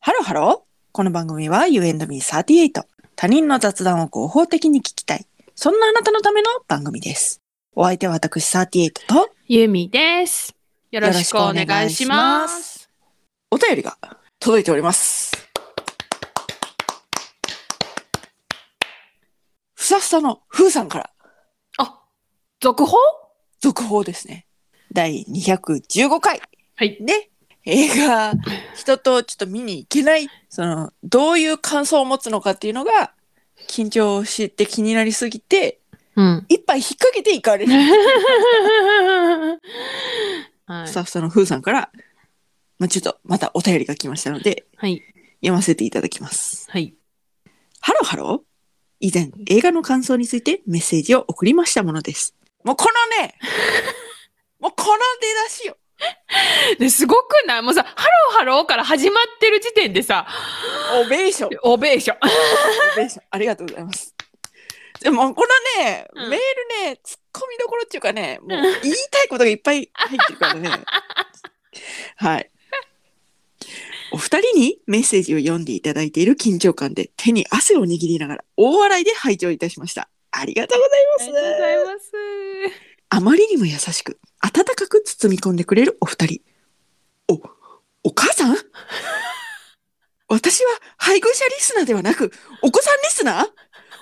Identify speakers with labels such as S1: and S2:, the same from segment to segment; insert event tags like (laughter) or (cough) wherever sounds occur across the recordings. S1: ハロー。この番組は You and me38。他人の雑談を合法的に聞きたい。そんなあなたのための番組です。お相手は私38と
S2: ゆみです。よろしくお願いします。
S1: お便りが届いております。ふさふさのふーさんから
S2: あ、続報
S1: 続報ですね。第215回。
S2: はい。
S1: で、映画、人とちょっと見に行けない、その、どういう感想を持つのかっていうのが、緊張して気になりすぎて、
S2: うん。
S1: 一杯引っ掛けて行かれる。
S2: (laughs) はい
S1: スタ。ッフさんのふーさんから、まあ、ちょっとまたお便りが来ましたので、
S2: はい。
S1: 読ませていただきます。
S2: はい。
S1: ハローハロー以前、映画の感想についてメッセージを送りましたものです。もうこのね、もうこの出だしよ。
S2: で、すごくないもうさ、ハローハローから始まってる時点でさ、
S1: オベーション。
S2: オベーション。
S1: テンションありがとうございます。でもこのね、
S2: うん
S1: メールね、突っ込みどころっていうかね、もう
S2: うん
S1: 言いたいことがいっぱい入ってるから
S2: (laughs)
S1: ね。はい。お二人にメッセージを読んでいただいている緊張感で手に汗を握りながら大笑いで拝聴いたしました。ありがとう
S2: あ
S1: ござい
S2: りが
S1: ま
S2: と
S1: す
S2: うご。ざいます。
S1: あまりにも優しく、温かく包み込んでくれるお二人。お、お母さん私は配偶者リスナーではなく、お子さんリスナー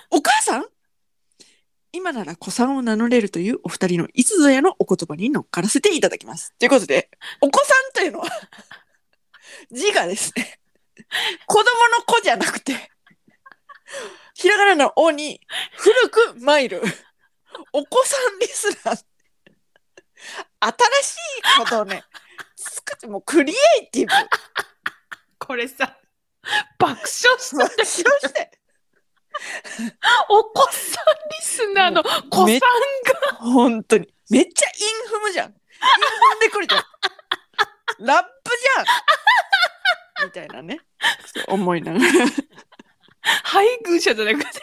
S1: お母さん今なら子さんを名乗れるというお二人のいつぞやのお言葉に乗っからせていただきます。ということで、お子さんというのは、 (laughs) 字がですね、子供の子じゃなくて、ひらがなのおに古く参る。お子さんリスナー。新しいことをね、作って、もうクリエイティブ。
S2: これさ、爆笑した。
S1: 面白して。
S2: お子さんリスナーの子さん
S1: め
S2: が。
S1: 本当に。めっちゃインフムじゃん。インフムでくるじゃん。ラップじゃんみたいなね。そう思いながら。
S2: 配偶者じゃなくて。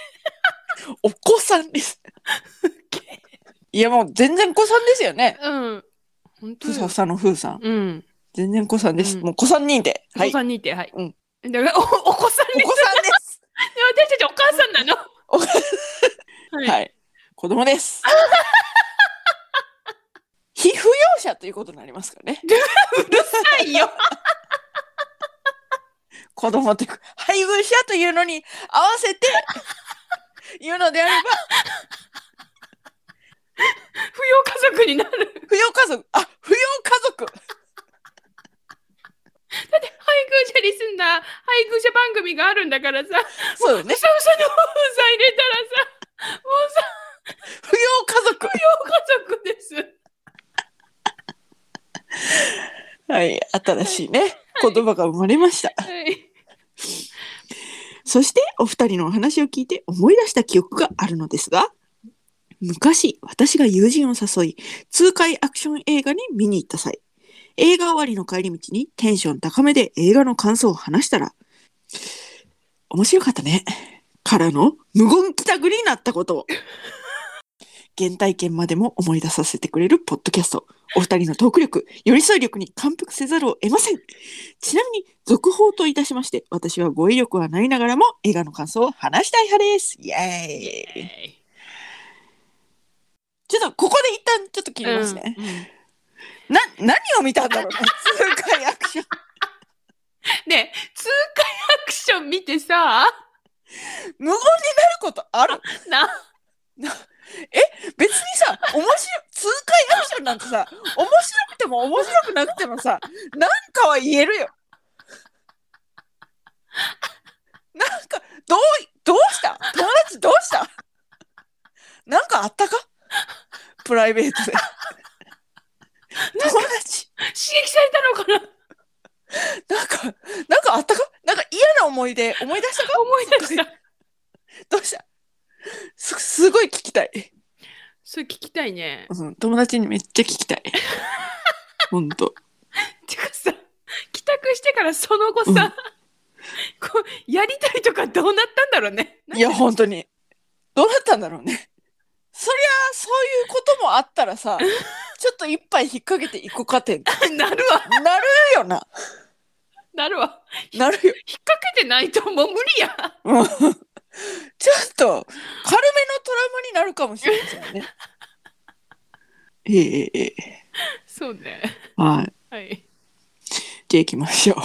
S1: お子さんです。いやもう全然子さんですよね。
S2: うん。本当
S1: ふ
S2: だ
S1: さ
S2: よ
S1: ふさのふーさん。
S2: うん。
S1: 全然子さんです。
S2: うん
S1: もう子さん認定。
S2: お
S1: はい。
S2: 子
S1: お子さ
S2: さんにいて、はい。
S1: うん
S2: だからおお子さんに、
S1: んです。
S2: 私たちお母さんなの。
S1: お母
S2: はい
S1: はい。子供
S2: (laughs)
S1: です。非扶養者ということになりますからね。
S2: うるさいよ。
S1: 子供って配偶者というのに合わせて言うのであれ
S2: 扶養家族になる。
S1: ば、扶養家族、あ、扶養家族。
S2: 配偶者リスナー、配偶者番組があるんだからさ、ふさ
S1: そうよね
S2: ふ。さの夫婦さん入れたらさ、もうさ、
S1: 扶養家族。
S2: 扶養家族です。
S1: はい。新しいね。言葉が生まれました。
S2: はい。
S1: そしてお二人のお話を聞いて思い出した記憶があるのですが、昔私が友人を誘い、痛快アクション映画に見に行った際、映画終わりの帰り道にテンション高めで映画の感想を話したら、面白かったね。からの無言帰宅になったことを。原体験までも思い出させてくれるポッドキャスト。お二人のトーク力、寄り添い力に感服せざるを得ません。ちなみに続報といたしまして私は語彙力はないながらも映画の感想を話したい派ですイエーイちょっとここで一旦ちょっと切りますね、
S2: うんうん
S1: な何を見たんだろう
S2: (laughs)
S1: ね痛快アクション
S2: ねえ痛快アクション見てさ、
S1: 無言になることある (laughs)
S2: な、
S1: 別にさ面白い痛快アクションなんてさ面白くても面白くなくてもさなんかは言えるよなんかどうどうした友達どうしたなんかあったかプライベートで友達
S2: 刺激されたのかな
S1: なんかなんかあったかなんか嫌な思い出思い出したか
S2: 思い出した。
S1: どうしたすすごい聞きたい
S2: それ聞きたいね。
S1: うん、友達にめっちゃ聞きた (laughs) い。ほんと。
S2: てかさ帰宅してからその後さ、
S1: うん
S2: こうやりたいとかどうなったんだろうね。
S1: いや、ほんとに。どうなったんだろうね。そりゃ、そういうこともあったら (laughs) さ、ちょっと一杯引っ掛けていこうかって、
S2: ななるわ。
S1: なるよな。
S2: なるわ。
S1: なるよ。
S2: 引っ掛けてないともう無理や。
S1: うんちょっと軽めのトラウマになるかもしれないですよね。 (laughs) ええええええ
S2: そうね。
S1: はい。
S2: はい。
S1: じゃあ行きましょう。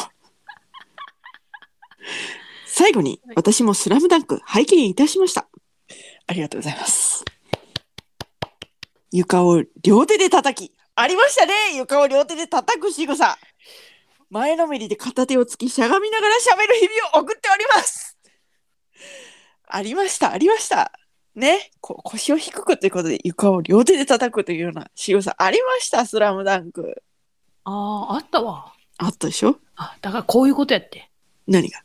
S1: (laughs) 最後に
S2: はい
S1: 私もスラムダンク拝見いたしました。ありがとうございます。床を両手で叩き。ありましたね床を両手で叩く仕草。前のめりで片手をつきしゃがみながら喋る日々を送っております。ありました、ありました。ね、こ腰を低くということで床を両手で叩くというような仕草ありました、スラムダンク。
S2: ああ、あったわ。
S1: あったでしょ
S2: あ、だからこういうことやって。
S1: 何が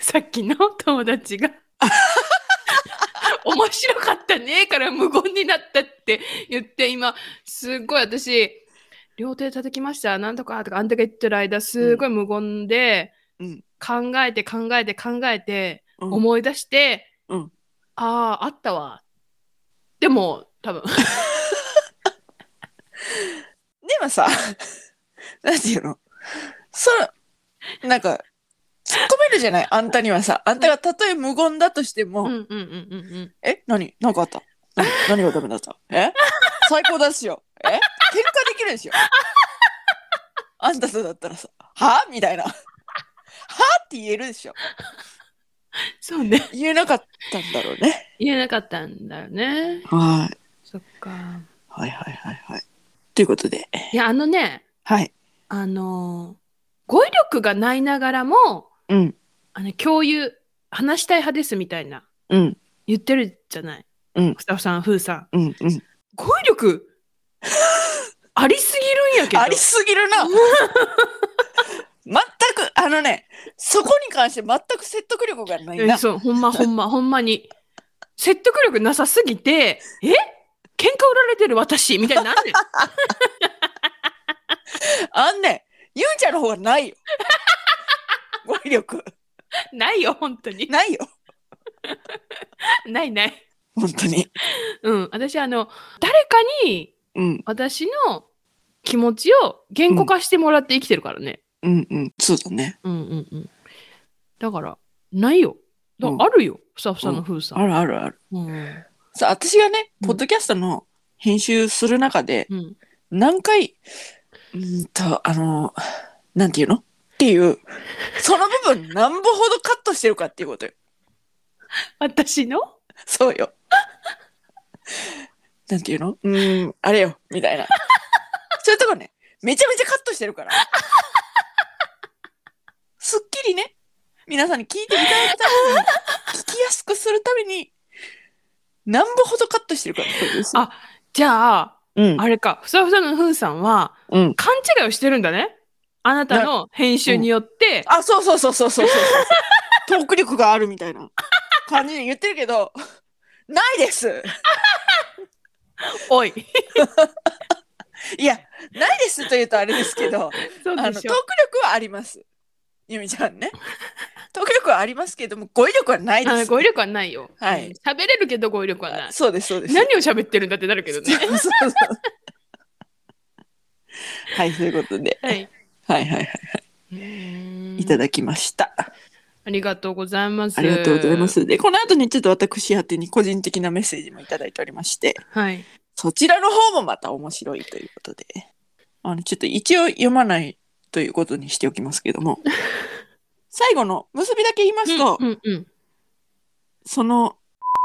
S2: さっきの友達が。面白かったねから無言になったって言って今すっごい私両手叩きましたなんとかとかあんだけ言ってる間すごい無言で、
S1: うん
S2: 考えて考えて考えて
S1: うん
S2: 思い出して、
S1: うん
S2: あああったわでも多分
S1: でもさ、 (laughs) なんていうのその、なんか、突っ込めるじゃないあんたにはさ。あんたがたとえ無言だとしても、
S2: うんうんうんうんうん
S1: え何なんかあった何何がダメだったえ最高ですよ。え喧嘩できるでしょあんたとだったらさ、はみたいな。はって言えるでしょ
S2: そうね
S1: 言えなかったんだろうね。
S2: 言えなかったんだよね
S1: はい。
S2: そっか
S1: はいはいはいはい。ということで、
S2: いやあのね
S1: はい。
S2: あのー語彙力がないながらも
S1: うん、
S2: あの共有話したい派ですみたいな
S1: うん、
S2: 言ってるじゃない、
S1: うん
S2: スタッフさん風さん
S1: うん、うん。
S2: 語彙力ありすぎるんやけど
S1: ありすぎる (laughs) な全くあのねそこに関して全く説得力がない
S2: え
S1: な
S2: そうほんまほんまほんまに説得力なさすぎてえ喧嘩売られてる私みたいになんねん
S1: あんねゆうちゃんの方がない (laughs) よ語彙力 (laughs)
S2: ないよ本当に
S1: ないよ
S2: ないない
S1: 本当に
S2: うん私あの誰かに
S1: うん
S2: 私の気持ちを言語化してもらって生きてるからね、
S1: うんうんそうだね
S2: うんうんうん。だから、ないよ。だ
S1: うん
S2: あるよ、ふさふさの風さん。
S1: あるあるある
S2: うん。
S1: さ私がね
S2: うん
S1: ポッドキャストの編集する中で
S2: うん。
S1: 何回うーんとあのなんていうのっていうその部分何歩ほどカットしてるかっていうことよ
S2: 私の
S1: そうよ。なんていうのうーん、あれよ、みたいな。そういうとこね、めちゃめちゃカットしてるから。すっきりね、皆さんに聞いていただくために、聞きやすくするために、なんぼほどカットしてるからってことですよ。
S2: あじゃあ、
S1: うん、
S2: あれか、ふさふさの風さんは、
S1: うん。
S2: 勘違いをしてるんだね。あなたの編集によって、
S1: あ、そうそうそうそうそうそうそう。トーク力があるみたいな感じで言ってるけど、ないです (laughs)
S2: おい。
S1: いや、ないですと言うとあれですけど、
S2: そう
S1: あのト
S2: で
S1: ーク
S2: し
S1: 力
S2: ょ。
S1: はあります。ゆみちゃん
S2: (laughs)
S1: ね。トーク力はありますけども、語彙力はないで
S2: あ
S1: す。
S2: 語彙力はないよ。
S1: はい
S2: うん喋れるけど語彙力はない。
S1: そうです、そうです。
S2: 何を喋ってるんだってなるけどね。
S1: そうそうそうはい、そういうことで。
S2: はい。
S1: はいはいはい。いただきました。
S2: ありがとうございます。
S1: ありがとうございま。す。で、この後にちょっと私宛てに個人的なメッセージもいただいておりまして、
S2: はい。
S1: そちらの方もまた面白いということで、あの、ちょっと一応読まないということにしておきますけど
S2: (laughs)
S1: も、最後の結びだけ言いますと、
S2: うんうん
S1: その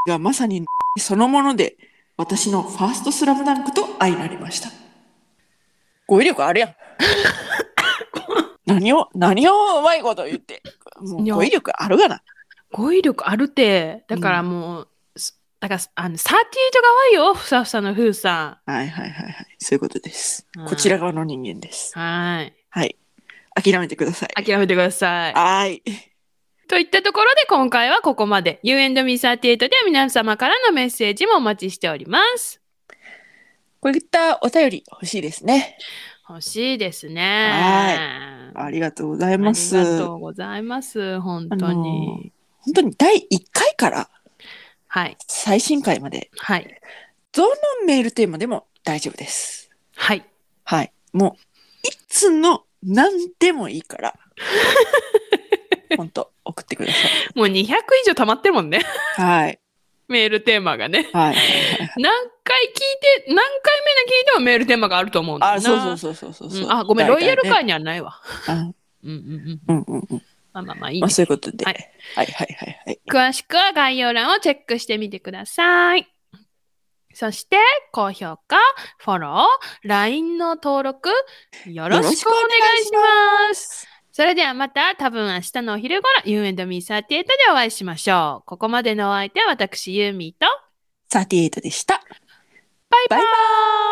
S1: がまさにそのもので私のファーストスラムダンクと相なりました。語彙力あるやん。何を、何をうまいこと言って。もう
S2: いや
S1: 語彙力あるがな。
S2: 語彙力あるてだからもう、すだからあのサーティート側よふさふさのふうさ
S1: はいはいはいはい。そういうことです
S2: うん。
S1: こちら側の人間です。
S2: んはい
S1: はい。諦めてください。
S2: 諦めてください
S1: はい。
S2: といったところで今回はここまで U&Me38 では皆様からのメッセージもお待ちしております
S1: こういったお便り欲しいですね。
S2: 欲しいですねあ
S1: ありがとうござい
S2: り
S1: ます。
S2: がと
S1: 本
S2: うございます本当に、
S1: 当に第1回から
S2: はい
S1: 最新回まで、
S2: はい
S1: どのメールテーマでも大丈夫です。
S2: はい (laughs)
S1: はい。もう、いつの何でもいいから、本当送ってくださ
S2: もう200以上溜まってるもんね。 (laughs)
S1: い。はい。
S2: メールテーマがね。
S1: はい。はいはい
S2: 何回聞いて、何回目の聞いてもメールテー (laughs) マがあると思うんだよ
S1: あ、
S2: な。
S1: そうそうそうそうそうそう、
S2: うんあ、ごめん、
S1: 大
S2: ロ
S1: 体
S2: イヤル
S1: ね
S2: 会にはないわ。
S1: あ
S2: うんうんうん。
S1: うんうんうん。
S2: まあまあまあいい、
S1: まあ
S2: ね。
S1: そういうことで。
S2: は
S1: はいいはいはいはい。
S2: 詳しくは概要欄をチェックしてみてください。そして、高評価、フォロー、LINE の登録、よろしくお願いします。それではまた、多分明日のお昼ごろ、You and Me38 でお会いしましょう。ここまでのお相手は私、ユーミーと、
S1: 38でした。
S2: バイ
S1: バイバ
S2: バーイ